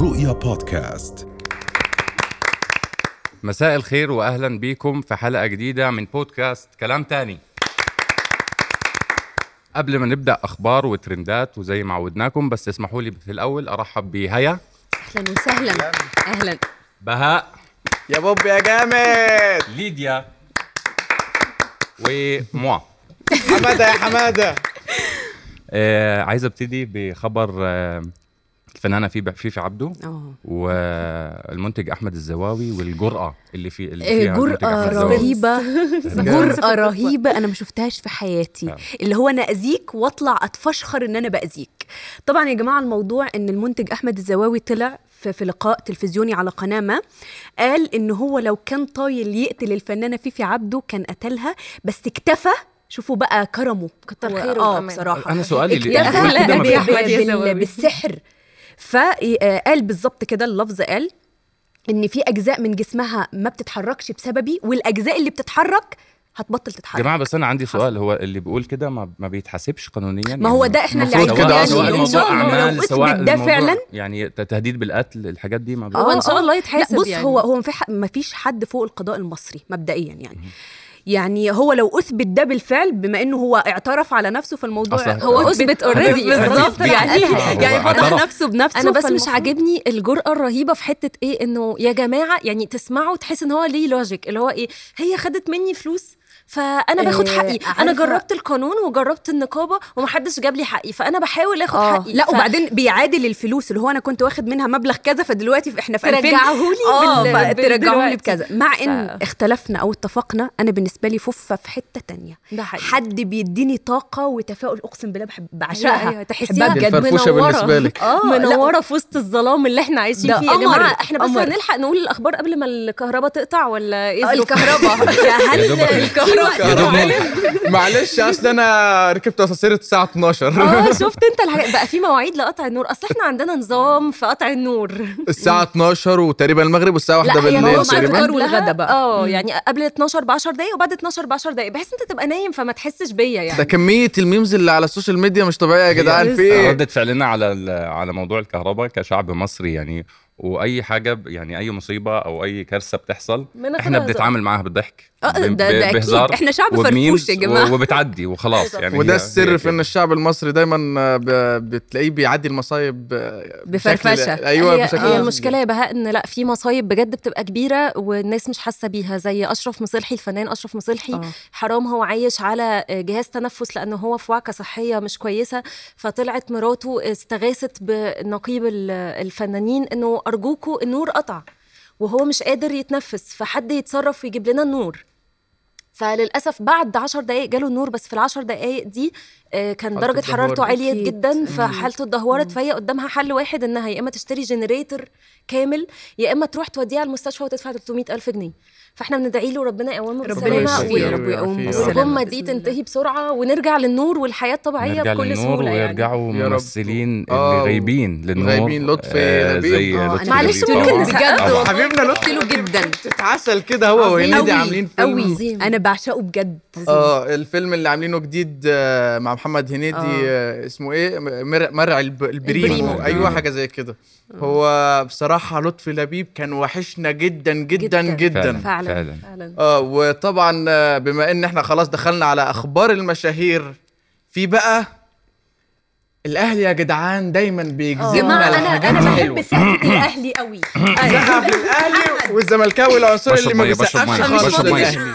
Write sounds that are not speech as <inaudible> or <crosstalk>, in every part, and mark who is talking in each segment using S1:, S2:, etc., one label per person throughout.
S1: رؤيا بودكاست
S2: مساء الخير واهلا بيكم في حلقه جديده من بودكاست كلام تاني قبل ما نبدا اخبار وترندات وزي ما عودناكم بس اسمحوا لي في الاول ارحب بهيا
S3: اهلا وسهلا اهلا
S2: بهاء
S4: يا بوب يا جامد
S2: ليديا وموا
S4: حماده يا حماده
S2: آه عايز ابتدي بخبر آه الفنانه في فيفي عبده
S3: اه
S2: والمنتج احمد الزواوي والجرأه اللي في اللي
S3: إيه،
S2: فيها المنتج
S3: جرأة
S2: أحمد الزواوي.
S3: رهيبة جرأة رهيبة أنا ما شفتهاش في حياتي
S2: آه.
S3: اللي هو أنا أذيك وأطلع أتفشخر إن أنا بأذيك طبعا يا جماعة الموضوع إن المنتج أحمد الزواوي طلع في في لقاء تلفزيوني على قناة ما قال إن هو لو كان طايل يقتل الفنانة فيفي عبده كان قتلها بس اكتفى شوفوا بقى كرمه
S5: كتر
S3: و-
S5: خيره
S3: اه
S5: بأمان.
S3: بصراحة
S2: انا سؤالي ليه؟
S3: اكتفى
S2: أقول كده ما
S3: ب-
S2: في-
S5: أحمد
S3: ب-
S5: يا
S3: بال-
S5: زواوي.
S3: بالسحر فقال بالظبط كده اللفظ قال ان في اجزاء من جسمها ما بتتحركش بسببي والاجزاء اللي بتتحرك هتبطل تتحرك
S2: جماعه بس انا عندي سؤال هو اللي بيقول كده ما, ما بيتحاسبش قانونيا
S3: ما هو ده إحنا اللي
S2: المفروض
S4: عايزين
S2: كده
S4: يعني
S2: سواء الموضوع
S3: شاء
S4: إن
S3: الله لو
S2: اعمال
S3: وقفت
S2: سواء
S3: بالده
S2: الموضوع
S3: فعلا.
S2: يعني ت- تهديد بالقتل الحاجات دي ما
S5: هو إن
S3: آه،
S5: شاء
S3: آه.
S5: الله
S3: لا
S5: يتحاسب
S3: بص
S5: يعني.
S3: هو هو في حق ما فيش حد فوق القضاء المصري مبدئيا يعني يعني هو لو اثبت ده بالفعل بما انه هو اعترف على نفسه فالموضوع
S2: أصل
S3: هو
S2: هو
S5: أثبت
S3: already.
S5: already.
S3: بالظبط يعني
S2: هو
S3: يعني فضح
S2: اعترف.
S3: نفسه بنفسه
S5: انا بس مش
S3: فالمفروض-
S5: عاجبني الجرأه الرهيبه في حته ايه انه يا جماعه يعني تسمعوا تحس ان هو ليه لوجيك اللي هو ايه هي خدت مني فلوس فانا باخد
S3: إيه،
S5: حقي انا
S3: عارفة-
S5: جربت القانون وجربت النقابه ومحدش جاب لي حقي فانا بحاول اخد
S3: آه.
S5: حقي
S3: لا
S5: ف-
S3: وبعدين بيعادل الفلوس اللي هو انا كنت واخد منها مبلغ كذا فدلوقتي في- احنا في 2000
S5: ترجعهولي بال-
S3: اه
S5: بال-
S3: ترجعوا
S5: دلوقتي.
S3: لي بكذا مع
S5: ف-
S3: ان اختلفنا او اتفقنا انا بالنسبه لي ففه في حته تانية
S5: ده حقيقي.
S3: حد بيديني طاقه وتفاؤل اقسم بالله بحب
S5: أيوة،
S3: بعشقها
S5: أيوة،
S3: بحبها
S5: تحسيها
S3: بجد.
S5: بجد
S4: الفرفوشة
S5: منورة.
S4: بالنسبة لك.
S3: آه،
S5: منوره في وسط الظلام اللي احنا عايشين
S3: ده
S5: فيه يا
S3: قمر،
S5: جماعه احنا بس
S3: قمر.
S5: هنلحق نقول الاخبار قبل ما الكهرباء تقطع ولا ايه
S3: آه،
S5: ظروفها؟ <laughs>
S3: الكهرباء يا هل
S2: يا دوب
S3: الكهرباء
S4: معلش اصل انا ركبت اساسير الساعه 12
S5: اه شفت انت الحاجات بقى في مواعيد لقطع النور اصل احنا عندنا نظام في قطع النور
S4: الساعه 12 وتقريبا المغرب والساعه 1
S3: هي
S4: بالليل
S3: ماما
S4: تقريبا
S3: الفطار والغدا بقى.
S5: اه يعني قبل 12 ب 10 دقايق وبعد 12 ب 10 دقايق بحيث انت تبقى نايم فما تحسش بيا
S4: ده
S5: يعني
S4: كميه الميمز اللي على السوشيال ميديا مش طبيعيه يا جدعان في
S2: آه،
S4: ايه
S2: ردة فعلنا على ال- على موضوع الكهرباء كشعب مصري يعني واي حاجه ب- يعني اي مصيبه او اي كارثه بتحصل
S5: بناخدها
S2: احنا
S5: هزار.
S2: بنتعامل معاها بالضحك
S3: آه،
S2: ب-
S3: ده-
S2: ب-
S3: ده أكيد.
S2: بهزار
S3: إحنا شعب
S2: وبميمز
S3: فرفوش يا جماعة.
S2: و- وبتعدي وخلاص يعني
S4: وده
S2: هي- هي
S4: السر في
S2: كده.
S4: ان الشعب المصري دايما آه، ب- بتلاقيه بيعدي المصايب آه، بشكل-
S3: بفرفشة.
S4: ايوه
S5: هي,
S4: بشكل
S5: هي المشكله يا بهاء ان لا في مصايب بجد بتبقى كبيره والناس مش حاسه بيها زي اشرف مصلحي الفنان اشرف مصلحي
S3: آه.
S5: حرام هو عايش على آه، جهاز تنفس لانه هو في وعكه صحيه مش كويسه فطلعت مراته استغاثت بنقيب ال- الفنانين انه ارجوكوا النور قطع وهو مش قادر يتنفس فحد يتصرف ويجيب لنا النور فللاسف بعد 10 دقائق جاله النور بس في العشر دقائق دي آه، كان
S4: حالة
S5: درجه
S4: الدهور.
S5: حرارته عاليه
S3: أكيد.
S5: جدا
S3: أكيد.
S5: فحالته اتدهورت فهي قدامها حل واحد انها يا اما تشتري جنريتور كامل يا اما تروح توديه على المستشفى وتدفع 300 الف جنيه فاحنا بندعي له ربنا يقومه
S3: ربنا
S5: بالسلامه
S4: يشفيه
S3: يشفيه يا
S4: وي-
S3: رب ويقومه
S4: وي-
S3: بالسلامة
S5: والغمه
S3: بإذن
S5: دي
S3: الله.
S5: تنتهي بسرعه ونرجع للنور والحياه الطبيعيه
S2: نرجع
S5: بكل
S2: للنور
S5: سهوله يعني
S2: ويرجعوا
S4: يا رب.
S2: ممثلين
S4: آه،
S2: اللي غايبين للنور
S4: غايبين لطفي
S2: آه،
S4: لبيب.
S2: زي
S3: آه، أنا
S2: لطفي
S5: معلش
S2: لبيب
S5: ممكن
S2: طبعاً.
S3: بجد
S2: طبعاً.
S3: والله.
S4: حبيبنا لطفي
S3: له جدا
S4: تتعسل كده هو وهنيدي عاملين فيلم
S3: قوي
S5: عظيم.
S3: انا بعشقه بجد
S4: اه الفيلم اللي عاملينه جديد آه، مع محمد هنيدي
S3: آه.
S4: آه. اسمه ايه مر- مرعي الب... البريمو
S3: البريمو.
S5: آه.
S4: ايوه حاجه زي كده هو بصراحه لطفي لبيب كان وحشنا جدا جدا
S5: جداً.
S4: جدا
S2: فعلا
S3: فعلاً.
S2: فعلا
S5: فعلا
S4: اه وطبعا آه، بما ان احنا خلاص دخلنا على اخبار المشاهير في بقى الاهلي يا جدعان دايما
S5: آه،
S4: بيجذبنا
S3: جماعه انا
S4: الحاجات
S3: انا
S4: الحلوه
S3: بحب سقف الاهلي
S4: <laughs>
S3: قوي
S4: زعل
S5: <laughs>
S4: الاهلي والزملكاوي
S5: طيب،
S4: العنصري
S2: بشرب
S4: اللي ما
S2: مية، بشرب
S4: بيسقفش
S2: مية،
S4: خالص
S2: بشرب مية.
S4: للاهلي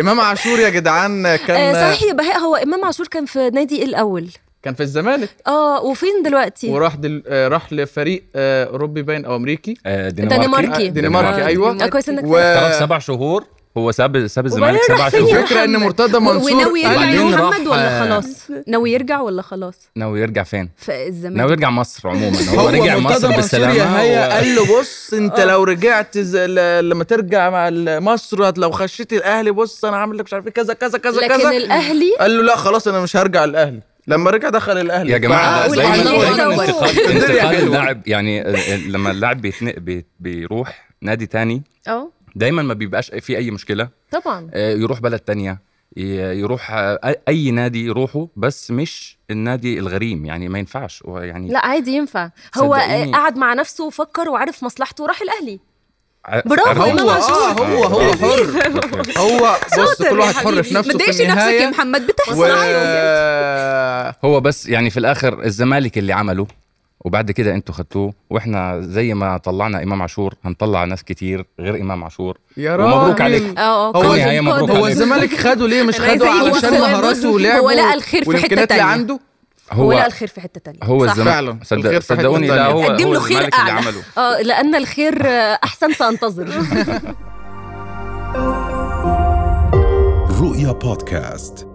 S4: امام عاشور يا جدعان
S5: آه،
S4: كان
S5: صحيح يا بهاء هو امام عاشور كان في نادي الاول
S4: كان في الزمالك
S5: اه وفين دلوقتي
S4: وراح دل... آه، راح لفريق آه، اوروبي باين او امريكي
S2: آه،
S5: دنماركي.
S4: آه، دنماركي
S5: آه،
S4: ايوه
S5: آه، كويس انك
S4: و...
S2: طرف سبع شهور هو ساب ساب الزمالك سبع
S5: وبعدين راح فين؟
S2: شهور
S4: الفكره ان
S5: محمد.
S4: مرتضى منصور
S3: وناوي يرجع
S2: بعدين
S3: يا
S2: راح-
S3: محمد ولا خلاص ناوي يرجع ولا خلاص
S2: ناوي يرجع فين؟
S3: في
S2: ناوي
S3: الزمالك
S2: يرجع مصر عموما هو
S4: هو
S2: رجع
S4: مرتضى
S2: مصر
S4: منصور يا
S2: بالسلامه
S4: هيا
S2: و-
S4: قال له بص انت
S3: آه.
S4: لو رجعت ز... ل... لما ترجع مع ال- مصر هت- لو خشيت الاهلي بص انا عامل لك مش عارف إيه كذا كذا كذا
S5: لكن
S4: كذا
S5: الأهلي-
S4: قال له لا خلاص انا مش هرجع الاهلي لما رجع دخل الاهلي
S2: يا
S5: آه،
S2: جماعه
S4: ف-
S2: ده دايما
S3: والله
S2: دايما
S3: والله.
S2: انتقال
S4: الدنيا
S2: انتقال
S4: حلوة.
S2: اللاعب يعني ال- ال- لما اللاعب بيتن- بي- بيروح نادي تاني
S5: اه
S2: دايما ما بيبقاش في اي مشكله
S5: طبعا
S2: آه، يروح بلد تانية ي- يروح آه، اي نادي يروحه بس مش النادي الغريم يعني ما ينفعش هو يعني
S5: لا عادي ينفع هو
S2: صدقيني.
S5: قعد مع نفسه وفكر وعرف مصلحته وراح الاهلي
S2: ع-
S5: برافو،
S2: عارف- آه،
S5: إمام
S4: هو
S5: عاشور.
S4: اه هو هو حر هو بص
S3: شاطر
S4: كل
S3: يا
S4: واحد حر في
S3: حبيبي. ما
S4: نفسه
S3: تضايقش نفسك
S4: في
S3: يا
S4: النهايه
S3: محمد بتحصل
S4: و...
S3: عادي.
S2: هو بس يعني في الاخر الزمالك اللي عمله وبعد كده انتوا خدتوه واحنا زي ما طلعنا امام عاشور هنطلع ناس كتير غير امام عاشور
S4: يا راجل
S2: ومبروك عليك.
S5: اه
S4: هو
S5: كودن-
S2: نهاية مبروك
S5: كودن.
S4: هو
S2: عليك.
S4: الزمالك خده ليه مش
S3: أنا
S4: خده
S3: زي ما
S4: علشان
S3: هو-
S4: مهاراته
S3: هو
S4: ولعبه
S3: لقى الخير في حتة
S4: والإمكانيات اللي
S3: تانية.
S4: عنده
S3: هو لا
S2: هو
S3: الخير في حته تانية
S2: هو
S5: صح.
S4: فعلا.
S2: الزمالك
S4: الخير
S2: صدق
S4: في حتة
S2: صدقوني لا
S4: تانية.
S2: هو
S3: قدم
S2: هو
S3: له خير
S2: الزمالك اللي
S3: أعلى.
S2: عمله
S5: اه لان الخير آه، احسن سانتظر
S1: رؤيا بودكاست